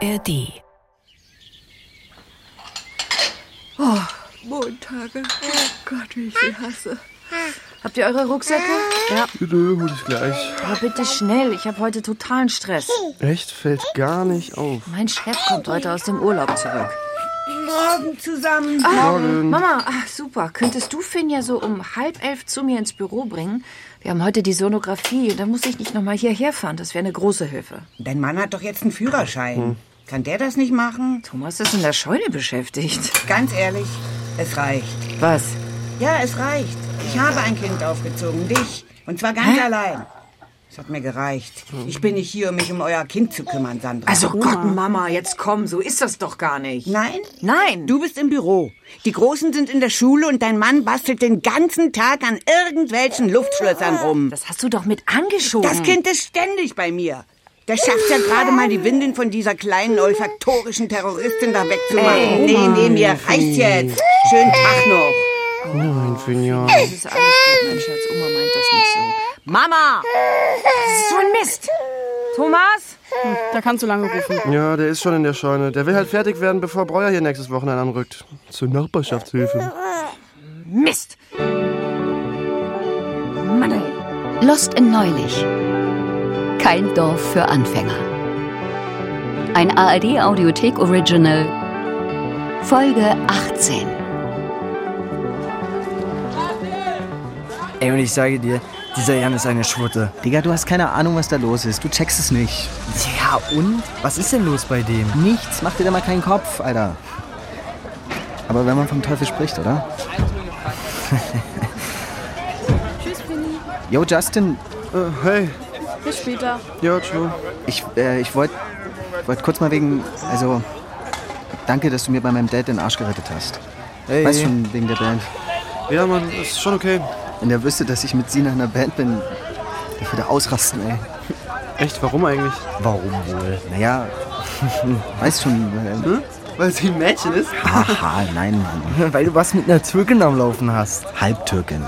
ARD. Oh, Montage. Oh Gott, wie ich sie hasse. Habt ihr eure Rucksäcke? Ja. Bitte, hol ich gleich. Aber bitte schnell, ich habe heute totalen Stress. Echt? Fällt gar nicht auf. Mein Chef kommt heute aus dem Urlaub zurück. Morgen zusammen. Ah, Morgen. Mama, ach, super. Könntest du Finn ja so um halb elf zu mir ins Büro bringen? Wir haben heute die Sonographie. Da muss ich nicht nochmal hierher fahren. Das wäre eine große Hilfe. Dein Mann hat doch jetzt einen Führerschein. Kann der das nicht machen? Thomas ist in der Scheune beschäftigt. Ganz ehrlich, es reicht. Was? Ja, es reicht. Ich habe ein Kind aufgezogen, dich. Und zwar ganz allein. Es hat mir gereicht. Ich bin nicht hier, um mich um euer Kind zu kümmern, Sandra. Also Gott, Mama, jetzt komm. So ist das doch gar nicht. Nein? Nein. Du bist im Büro. Die Großen sind in der Schule und dein Mann bastelt den ganzen Tag an irgendwelchen Luftschlössern rum. Das hast du doch mit angeschoben. Das Kind ist ständig bei mir. Der schafft ja gerade mal die Windeln von dieser kleinen olfaktorischen Terroristin da wegzumachen. nee, nee, mir reicht's jetzt. Schönen Tag noch. Nein, Finja. Das ist alles gut, mein Schatz. Oma meint das nicht so. Mama! Das ist so ein Mist. Thomas? Da kannst du lange rufen. Ja, der ist schon in der Scheune. Der will halt fertig werden, bevor Breuer hier nächstes Wochenende anrückt. Zur Nachbarschaftshilfe. Mist. Mann, ey. Lost in Neulich. Kein Dorf für Anfänger. Ein ARD Audiothek Original. Folge 18. Ey, und ich sage dir, dieser Jan ist eine Schwutte. Digga, du hast keine Ahnung, was da los ist. Du checkst es nicht. Ja, und? Was ist denn los bei dem? Nichts. Mach dir da mal keinen Kopf, Alter. Aber wenn man vom Teufel spricht, oder? Yo, Justin, Äh, hey, Bis später. ja, ciao. ich, äh, ich wollte wollt kurz mal wegen. Also, danke, dass du mir bei meinem Dad den Arsch gerettet hast. Hey. Weißt schon, wegen der Band. Ja, Mann, ist schon okay. Wenn der wüsste, dass ich mit Sina in einer Band bin, der würde ausrasten, ey. Echt, warum eigentlich? Warum wohl? Naja, weißt schon. Äh, Hm? Weil sie ein Mädchen ist? aha, nein, Mann. Weil du was mit einer Türkin am Laufen hast. Halbtürkin.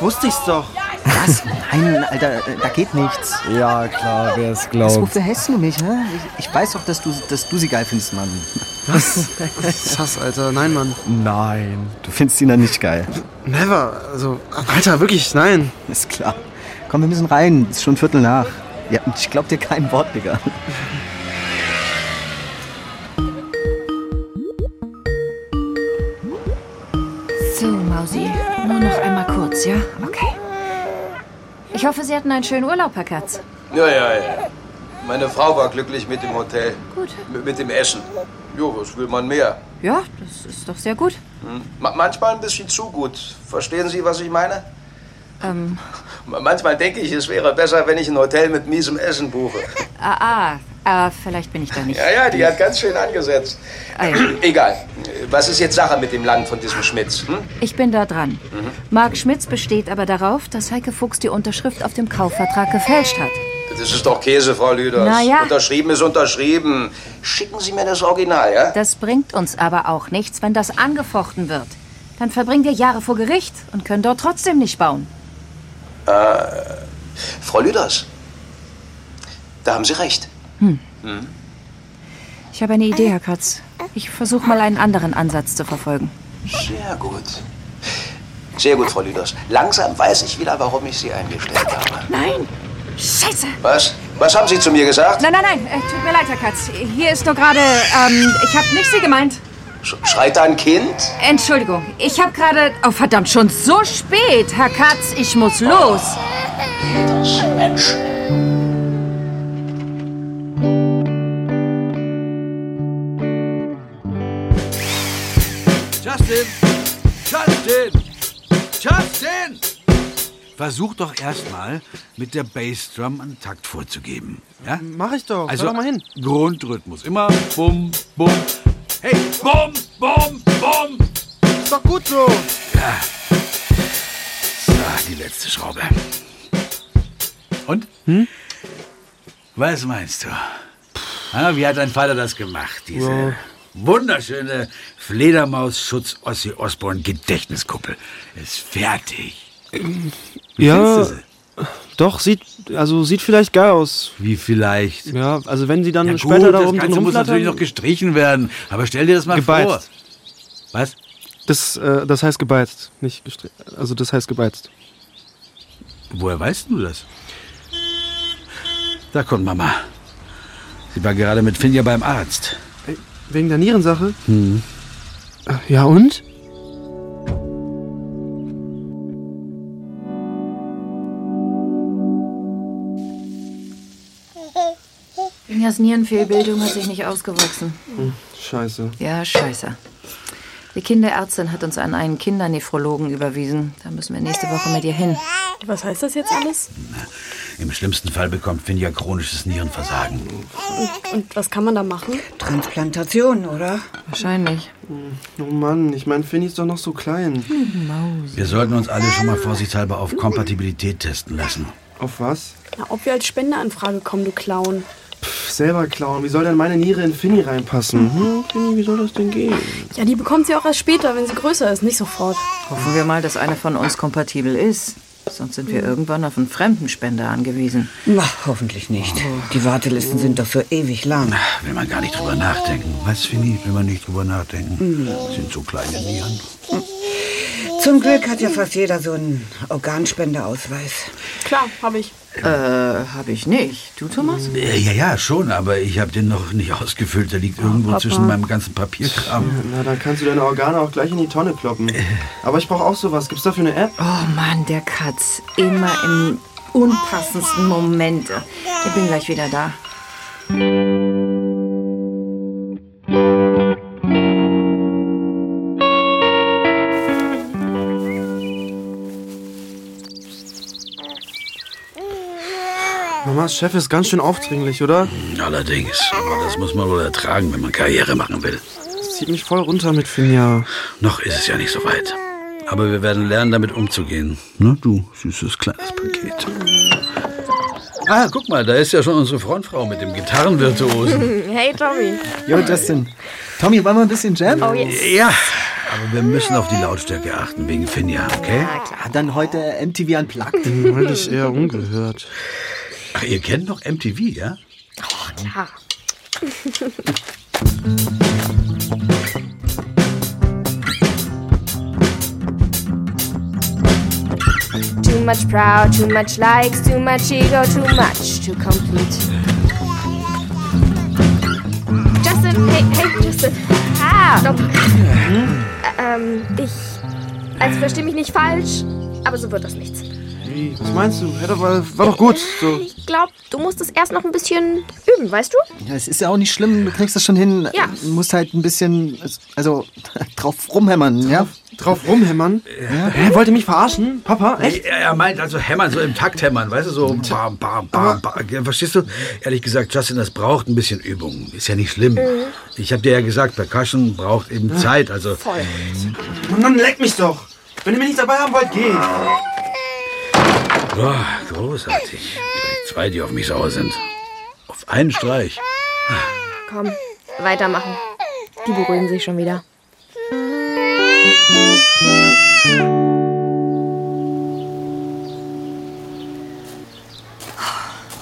Wusste ich's doch. Was? Nein, Alter, äh, da geht nichts. Ja, klar, wer es Was, glaubt. wofür hältst du mich, ne? Ich, ich weiß doch, dass du, dass du sie geil findest, Mann. Was? Sass, Alter. Nein, Mann. Nein. Du findest ihn dann nicht geil. Never. Also, Alter, wirklich, nein. Ist klar. Komm, wir müssen rein. Ist schon Viertel nach. Ja, ich glaub dir kein Wort, Digga. So, Mausi, nur noch einmal kurz, ja? Okay. Ich hoffe, Sie hatten einen schönen Urlaub, Herr Katz. Ja, ja, ja. Meine Frau war glücklich mit dem Hotel. Gut. M- Mit dem Essen. Jo, was will man mehr? Ja, das ist doch sehr gut. Ma- manchmal ein bisschen zu gut. Verstehen Sie, was ich meine? Ähm, Ma- Manchmal denke ich, es wäre besser, wenn ich ein Hotel mit miesem Essen buche. ah, ah, äh, vielleicht bin ich da nicht. Ja, ja, die hat ganz schön angesetzt. Ah, ja. Egal. Was ist jetzt Sache mit dem Land von diesem Schmitz? Hm? Ich bin da dran. Marc Schmitz besteht aber darauf, dass Heike Fuchs die Unterschrift auf dem Kaufvertrag gefälscht hat. Das ist doch Käse, Frau Lüders. Na ja. Unterschrieben ist unterschrieben. Schicken Sie mir das Original, ja? Das bringt uns aber auch nichts, wenn das angefochten wird. Dann verbringen wir Jahre vor Gericht und können dort trotzdem nicht bauen. Frau Lüders, da haben Sie recht. Ich habe eine Idee, Herr Katz. Ich versuche mal einen anderen Ansatz zu verfolgen. Sehr gut. Sehr gut, Frau Lüders. Langsam weiß ich wieder, warum ich Sie eingestellt habe. Nein! Scheiße! Was? Was haben Sie zu mir gesagt? Nein, nein, nein, äh, tut mir leid, Herr Katz. Hier ist nur gerade, ähm, ich habe nicht Sie gemeint. Sch schreit ein Kind? Entschuldigung, ich habe gerade, oh verdammt, schon so spät, Herr Katz, ich muss los. Mensch. Justin! Justin! Justin! Versuch doch erstmal mit der Bassdrum einen Takt vorzugeben. Ja? Mach ich doch. Also, Hör doch mal hin. Grundrhythmus. Immer bum, bum. Hey, bum, bum, bum. Ist doch gut so. So, die letzte Schraube. Und? Hm? Was meinst du? Ah, wie hat dein Vater das gemacht? Diese wunderschöne Fledermaus-Schutz-Ossi-Osborn-Gedächtniskuppel ist fertig. Wie Ja, findest du sie? Doch, sieht, also sieht vielleicht geil aus. Wie vielleicht? Ja, also wenn sie dann ja, später gut, da das oben drin Ganze muss natürlich noch rumflattern. gestrichen werden. Aber stell dir das mal Gebeizt. vor. Was? Das, äh, das heißt gebeizt, nicht gestre Also das heißt gebeizt. Woher weißt du das? Da kommt Mama. Sie war gerade mit Finja beim Arzt. Wegen der Nierensache? Äh, Hm. Ja und? Finjas Nierenfehlbildung hat sich nicht ausgewachsen. Scheiße. Ja, scheiße. Die Kinderärztin hat uns an einen Kindernephrologen überwiesen. Da müssen wir nächste Woche mit ihr hin. Was heißt das jetzt alles? Im schlimmsten Fall bekommt Finja chronisches Nierenversagen. Und, und was kann man da machen? Transplantation, oder? Wahrscheinlich. Oh Mann, ich meine, Finny ist doch noch so klein. Wir sollten uns alle schon mal vorsichtshalber auf Kompatibilität testen lassen. Auf was? Na, ob wir als Spender in Frage kommen, du Clown. Pff, selber klauen. Wie soll denn meine Niere in Finny reinpassen? Hm, Finny, wie soll das denn gehen? Ja, die bekommt sie auch erst später, wenn sie größer ist, nicht sofort. Hoffen wir mal, dass einer von uns kompatibel ist. Sonst sind wir irgendwann auf einen fremden Spender angewiesen. Na, hoffentlich nicht. Die Wartelisten sind doch so ewig lang. Will man gar nicht drüber nachdenken. Hm. Was, Finny? Will man nicht drüber nachdenken. Das sind so kleine Nieren. Zum Glück hat ja fast jeder so einen Organspendeausweis. Klar, habe ich. Äh, hab ich nicht. Du, Thomas? Äh, Ja, ja, schon, aber ich habe den noch nicht ausgefüllt. Der liegt irgendwo zwischen meinem ganzen Papierkram. Na, dann kannst du deine Organe auch gleich in die Tonne kloppen. Aber ich brauche auch sowas. Gibt's dafür eine App? Oh Mann, der Katz. Immer im unpassendsten Moment. Ich bin gleich wieder da. Mamas Chef ist ganz schön aufdringlich, oder? Allerdings, aber das muss man wohl ertragen, wenn man Karriere machen will. Das zieht mich voll runter mit Finja. Noch ist es ja nicht so weit. Aber wir werden lernen, damit umzugehen. Na, du süßes kleines Paket. Ah, guck mal, da ist ja schon unsere Frontfrau mit dem Gitarrenvirtuosen. Hey, Tommy. Jo, Justin. Tommy, wollen wir ein bisschen Jam? Oh, Ja, aber wir müssen auf die Lautstärke achten wegen Finja, okay? Dann heute äh, MTV Unplugged. Hätte ich eher ungehört. Ach, ihr kennt noch MTV, ja? Too much proud, too much likes, too much ego, too much to complete. Justin, hey, hey, Justin. Ah, stopp. Ähm, ich. Also versteh mich nicht falsch, aber so wird das nichts. Wie? Was meinst du? Hätte war, war doch gut. So. Ich glaube, du musst es erst noch ein bisschen üben, weißt du? Ja, es ist ja auch nicht schlimm, du kriegst das schon hin. Ja. Du musst halt ein bisschen, also drauf rumhämmern, ja? Drauf rumhämmern? Ja. Hä, wollt ihr mich verarschen? Papa? Echt? Er, er meint also hämmern, so im Takt hämmern, weißt du, so bam, bam, bam, bam. Ja, Verstehst du? Ehrlich gesagt, Justin, das braucht ein bisschen Übung. Ist ja nicht schlimm. Mhm. Ich habe dir ja gesagt, Percussion braucht eben Zeit. Also, Mann, dann leck mich doch. Wenn ihr mich nicht dabei haben wollt, geht. boah, großartig. Gleich zwei, die auf mich sauer sind. Auf einen Streich. Komm, weitermachen. Die beruhigen sich schon wieder.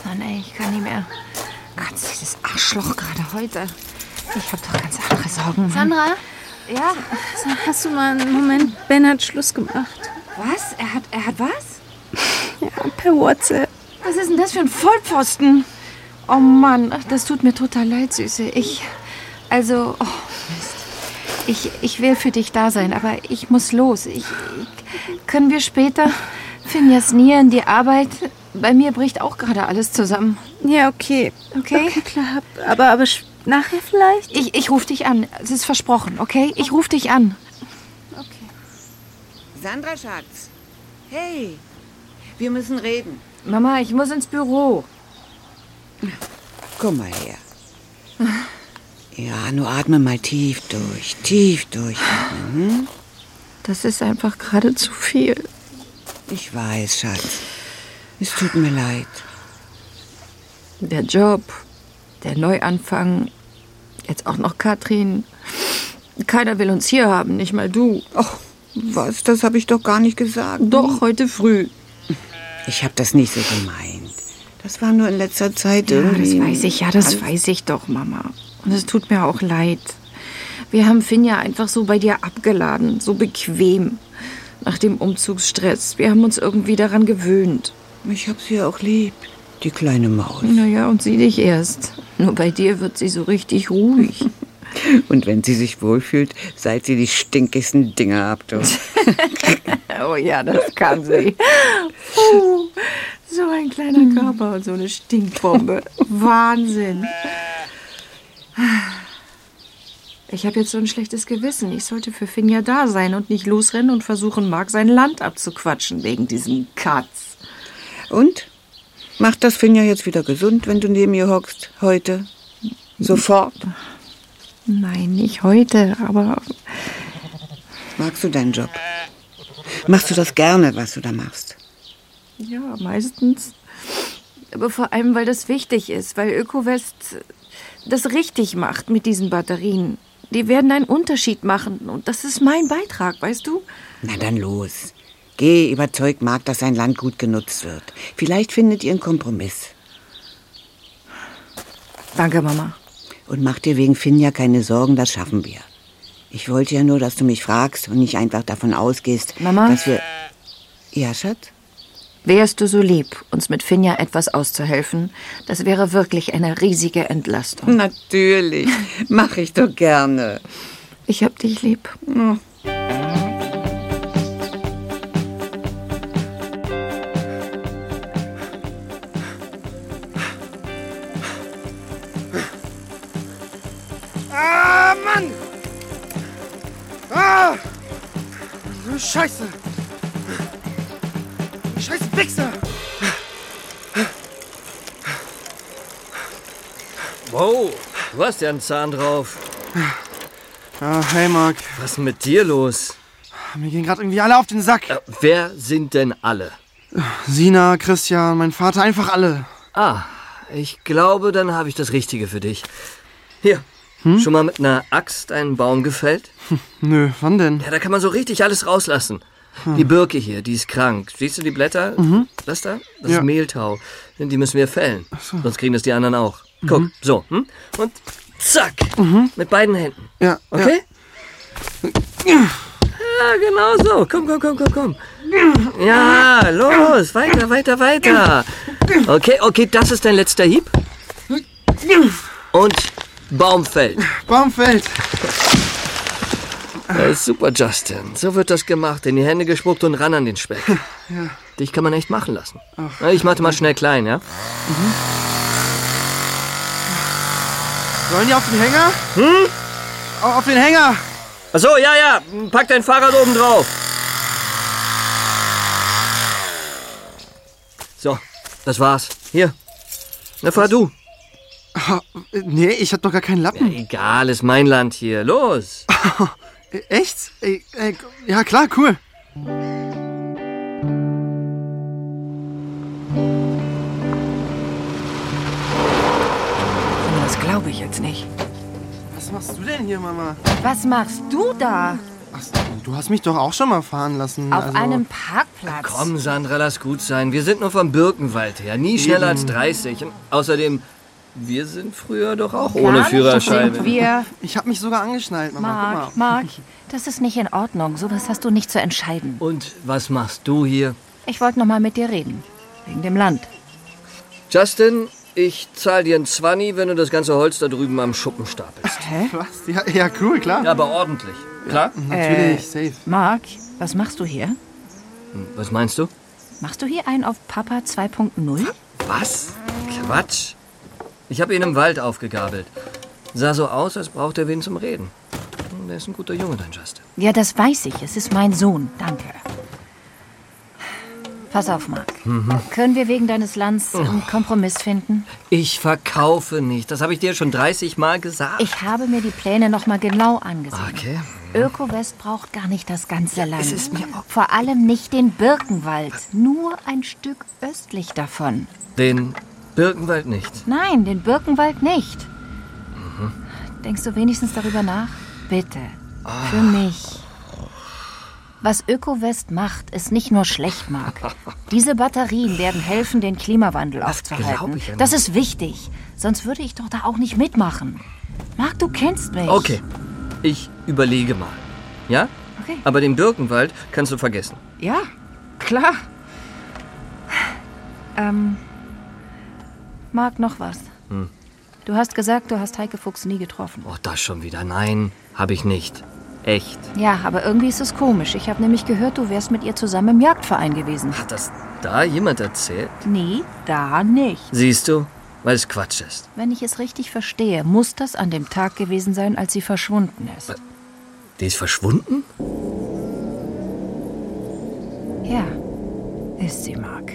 Mann, ey, ich kann nicht mehr. Katz, dieses Arschloch gerade heute. Ich hab doch ganz andere Sorgen. Mann. Sandra? Ja? Hast du mal einen Moment? Ben hat Schluss gemacht. Was? Er hat, er hat was? Ja, per WhatsApp. Was ist denn das für ein Vollpfosten? Oh Mann, ach, das tut mir total leid, Süße. Ich, also, oh Mist. Ich, ich will für dich da sein, aber ich muss los. Ich, ich, können wir später? Finjas Nieren, die Arbeit. Bei mir bricht auch gerade alles zusammen. Ja, okay. Okay? klar. hab- Aber, aber sch- nachher vielleicht? Ich, ich rufe dich an. Es ist versprochen, okay? Ich rufe dich an. Sandra, Schatz. Hey, wir müssen reden. Mama, ich muss ins Büro. Komm mal her. Ja, nur atme mal tief durch, tief durch. Das ist einfach gerade zu viel. Ich weiß, Schatz. Es tut mir leid. Der Job, der Neuanfang, jetzt auch noch Katrin. Keiner will uns hier haben, nicht mal du. Mhm. Ach, was? Das habe ich doch gar nicht gesagt. Doch, heute früh. Ich habe das nicht so gemeint. Das war nur in letzter Zeit irgendwie. Ja, das weiß ich, ja, das Alles- weiß ich doch, Mama. Und es tut mir auch leid. Wir haben Finja einfach so bei dir abgeladen, so bequem. Nach dem Umzugsstress. Wir haben uns irgendwie daran gewöhnt. Ich hab sie auch lieb. Die kleine Maus. Naja, und sie dich erst. Nur bei dir wird sie so richtig ruhig. Und wenn sie sich wohlfühlt, seid sie die stinkigsten Dinger ab, du. oh ja, das kann sie. Puh, so ein kleiner Körper und so eine Stinkbombe. Wahnsinn. Ich habe jetzt so ein schlechtes Gewissen. Ich sollte für Finja da sein und nicht losrennen und versuchen, Mark sein Land abzuquatschen wegen diesem Katz. Und? Macht das Finja jetzt wieder gesund, wenn du neben ihr hockst? Heute? Sofort? Nein, nicht heute, aber Magst du deinen Job? Machst du das gerne, was du da machst? Ja, meistens. Aber vor allem, weil das wichtig ist, weil Ökowest das richtig macht mit diesen Batterien. Die werden einen Unterschied machen und das ist mein Beitrag, weißt du? Na dann los. Geh, überzeug Marc, dass sein Land gut genutzt wird. Vielleicht findet ihr einen Kompromiss. Danke, Mama. Und mach dir wegen Finja keine Sorgen, das schaffen wir. Ich wollte ja nur, dass du mich fragst und nicht einfach davon ausgehst, Mama? dass wir... Ja, Schatz? Wärst du so lieb, uns mit Finja etwas auszuhelfen, das wäre wirklich eine riesige Entlastung. Natürlich. Mach ich doch gerne. Ich hab dich lieb. Ah, Mann! Ah! So eine Scheiße! Scheiß Wichser! Wow, du hast ja einen Zahn drauf. Ah, hey Mark, Was ist mit dir los? mir gehen gerade irgendwie alle auf den Sack. Wer sind denn alle? Sina, Christian, mein Vater, einfach alle. Ah, ich glaube, dann habe ich das Richtige für dich. Hier, Hm? schon mal mit einer Axt einen Baum gefällt? Nö, wann denn? Ja, da kann man so richtig alles rauslassen. Die Birke hier, die ist krank. Siehst du die Blätter? Hm. Mhm. Das da? Das Ja. ist Mehltau. Die müssen wir fällen. Sonst kriegen das die anderen auch. Guck, Mhm. so. Hm? Und zack. Mit beiden Händen. Ja. Okay? Ja, genau so. Komm, komm, komm, komm, komm. Ja, los. Weiter, weiter, weiter. Okay, okay, das ist dein letzter Hieb. Und Baumfeld. Baumfeld. Das ist super, Justin. So wird das gemacht. In die Hände gespuckt und ran an den Speck. Ja. Dich kann man echt machen lassen. Ach. Na, Ich mache mal schnell klein, ja? Sollen die auf den Hänger? Hm? Auf den Hänger! Ach so, ja, ja. Pack dein Fahrrad oben drauf. So, das war's. Hier. Na, fahr du. Äh, Nee, ich hab doch gar keinen Lappen. Egal, ist mein Land hier. Los. Echt? Ey, ey, Ja, klar, cool. Das glaube ich jetzt nicht. Was machst du denn hier, Mama? Was machst du da? Du hast mich doch auch schon mal fahren lassen. Auf also- einem Parkplatz? Komm, Sandra, lass gut sein. Wir sind nur vom Birkenwald her. Nie schneller als Eben. 30. Und außerdem, wir sind früher doch auch ohne Führerscheibe. Ich hab mich sogar angeschnallt, Mama. Marc, Guck mal. Marc, das ist nicht in Ordnung. Sowas hast du nicht zu entscheiden. Und was machst du hier? Ich wollte noch mal mit dir reden. Wegen dem Land. Justin, ich zahle dir ein Zwanni, wenn du das ganze Holz da drüben am Schuppen stapelst. Hä? Was? Ja, ja, cool, klar. Ja, aber ordentlich. Klar? Äh, Marc, was machst du hier? Was meinst du? Machst du hier einen auf Papa 2.0? Was? Quatsch. Ich habe ihn im Wald aufgegabelt. Sah so aus, als braucht er wen zum Reden. Hm, Der ist ein guter Junge, dein Justin. Ja, das weiß ich. Es ist mein Sohn. Danke. Pass auf, Marc. Können wir wegen deines Lands einen Kompromiss finden? Ich verkaufe nicht. Das habe ich dir schon 30 Mal gesagt. Ich habe mir die Pläne noch mal genau angesehen. Okay. Öko-West braucht gar nicht das ganze Land. Vor allem nicht den Birkenwald. Nur ein Stück östlich davon. Den Birkenwald nicht. Nein, den Birkenwald nicht. Denkst du wenigstens darüber nach? Bitte. Für mich. Ah. Was ÖkoWest macht, ist nicht nur schlecht, Marc. Diese Batterien werden helfen, den Klimawandel aufzuhalten. ich ja das ist wichtig. Sonst würde ich doch da auch nicht mitmachen. Marc, du kennst mich. Okay, ich überlege mal. Ja? Okay. Aber den Birkenwald kannst du vergessen. Ja, klar. Ähm, Marc, noch was. Hm. Du hast gesagt, du hast Heike Fuchs nie getroffen. Oh, das schon wieder. Nein, habe ich nicht. Echt. Ja, aber irgendwie ist es komisch. Ich habe nämlich gehört, du wärst mit ihr zusammen im Jagdverein gewesen. Hat das Da jemand erzählt? Nee, da nicht. Siehst du, weil es Quatsch ist. Wenn ich es richtig verstehe, muss das an dem Tag gewesen sein, als sie verschwunden ist. Die ist verschwunden? Äh. Ja, ist sie, Marc.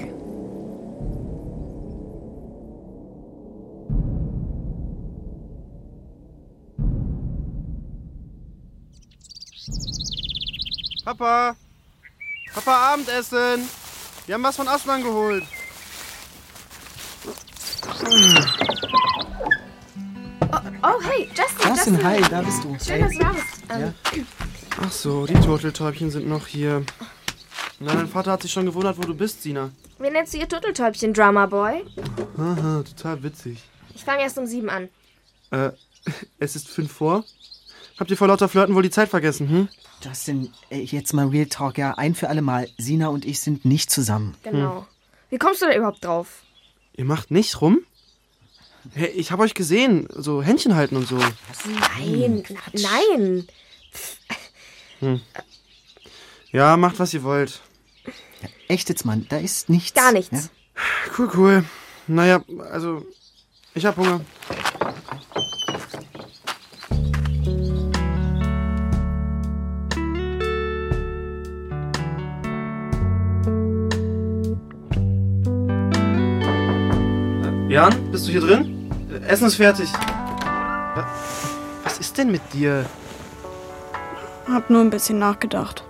Papa! Papa, Abendessen! Wir haben was von Aslan geholt. Oh, hey, Justin. Justin, Justin, hi, da bist du. Schön, dass du da bist. Ähm, Ach so, die Turteltäubchen sind noch hier. Na, dein Vater hat sich schon gewundert, wo du bist, Sina. Wen nennst du ihr Turteltäubchen, Drama Boy? Haha, Ah, total witzig. Ich fange erst um sieben an. Äh, es ist fünf vor. Habt ihr vor lauter Flirten wohl die Zeit vergessen, hm? Justin, ey, jetzt mal Real Talk, ja, ein für alle Mal. Sina und ich sind nicht zusammen. Genau. Wie kommst du da überhaupt drauf? Ihr macht nicht rum? Hey, ich hab euch gesehen. So Händchen halten und so. Nein, nein. Hm. Ja, macht, was ihr wollt. Echt jetzt, Mann, da ist nichts. Gar nichts. Cool, cool. Naja, also, ich hab Hunger. Äh, Jan, bist du hier drin? Äh, Essen ist fertig. Wa- Was ist denn mit dir? Hab nur ein bisschen nachgedacht.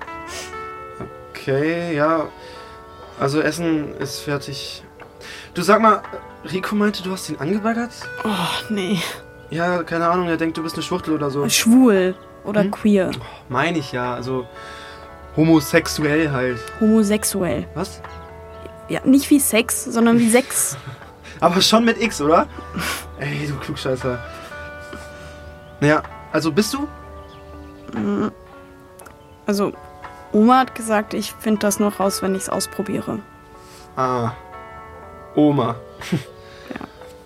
Okay, ja. Also Essen ist fertig. Du sag mal, äh, Rico meinte, du hast ihn angebaggert? Oh, nee. Ja, keine Ahnung, er denkt, du bist eine Schwuchtel oder so. Schwul oder queer. Meine ich ja, also homosexuell halt. Homosexuell. Was? Ja, nicht wie Sex, sondern wie Sex. Aber schon mit X, oder? Ey, du Klugscheißer. Naja, also bist du? Mm. Also, Oma hat gesagt, ich finde das nur raus, wenn ich es ausprobiere. Ah, Oma.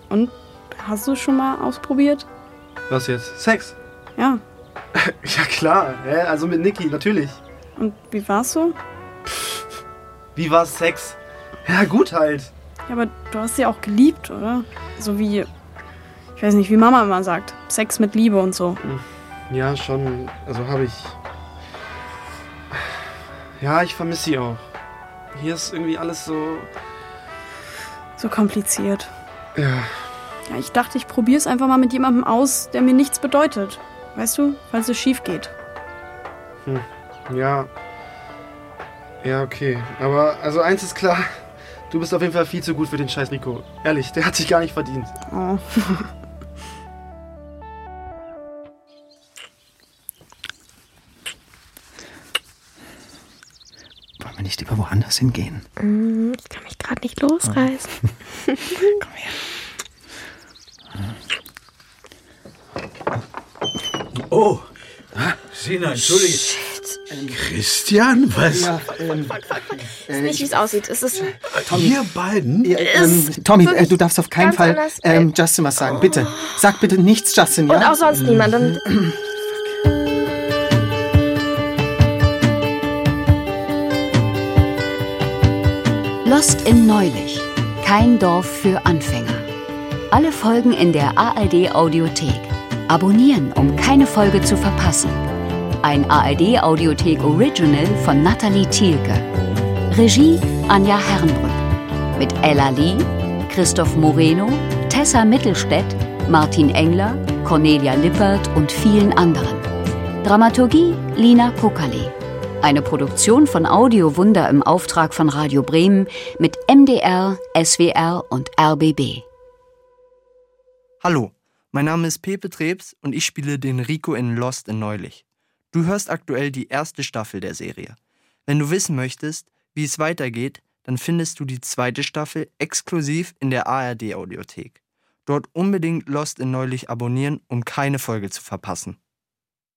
Und hast du schon mal ausprobiert? Was jetzt? Sex? Ja. Ja klar, hä? also mit Niki, natürlich. Und wie war's so? Wie war Sex? Ja, gut halt. Ja, aber du hast sie auch geliebt, oder? So wie, ich weiß nicht, wie Mama immer sagt, Sex mit Liebe und so. Ja, schon. Also habe ich. Ja, ich vermisse sie auch. Hier ist irgendwie alles so. So kompliziert. Ja. Ja, ich dachte, ich probiere es einfach mal mit jemandem aus, der mir nichts bedeutet. Weißt du, falls es schief geht. Hm. Ja. Ja, okay. Aber also eins ist klar. Du bist auf jeden Fall viel zu gut für den Scheiß Rico. Ehrlich, der hat sich gar nicht verdient. Oh. Wollen wir nicht lieber woanders hingehen? Mm, Ich kann mich gerade nicht losreißen. Komm her. Oh, ah, Sina, entschuldige. Christian, was? Ja, ähm, Ist nicht, wie es aussieht. Es ist. Tommy. Ihr beiden? Ja, ähm, Tommy, äh, du darfst auf keinen ganz Fall anders, äh, ähm, Justin was sagen, bitte. Sag bitte nichts, Justin, ja? Und auch sonst niemand. Und Lost in Neulich. Kein Dorf für Anfänger. Alle Folgen in der ARD Audiothek. Abonnieren, um keine Folge zu verpassen. Ein ARD Audiothek Original von Nathalie Thielke. Regie Anja Herrenbrück. Mit Ella Lee, Christoph Moreno, Tessa Mittelstädt, Martin Engler, Cornelia Lippert und vielen anderen. Dramaturgie Lina Kokale. Eine Produktion von Audio Wunder im Auftrag von Radio Bremen mit MDR, SWR und RBB. Hallo, mein Name ist Pepe Trebs und ich spiele den Rico in Lost in Neulich. Du hörst aktuell die erste Staffel der Serie. Wenn du wissen möchtest, wie es weitergeht, dann findest du die zweite Staffel exklusiv in der ARD Audiothek. Dort unbedingt Lost in Neulich abonnieren, um keine Folge zu verpassen.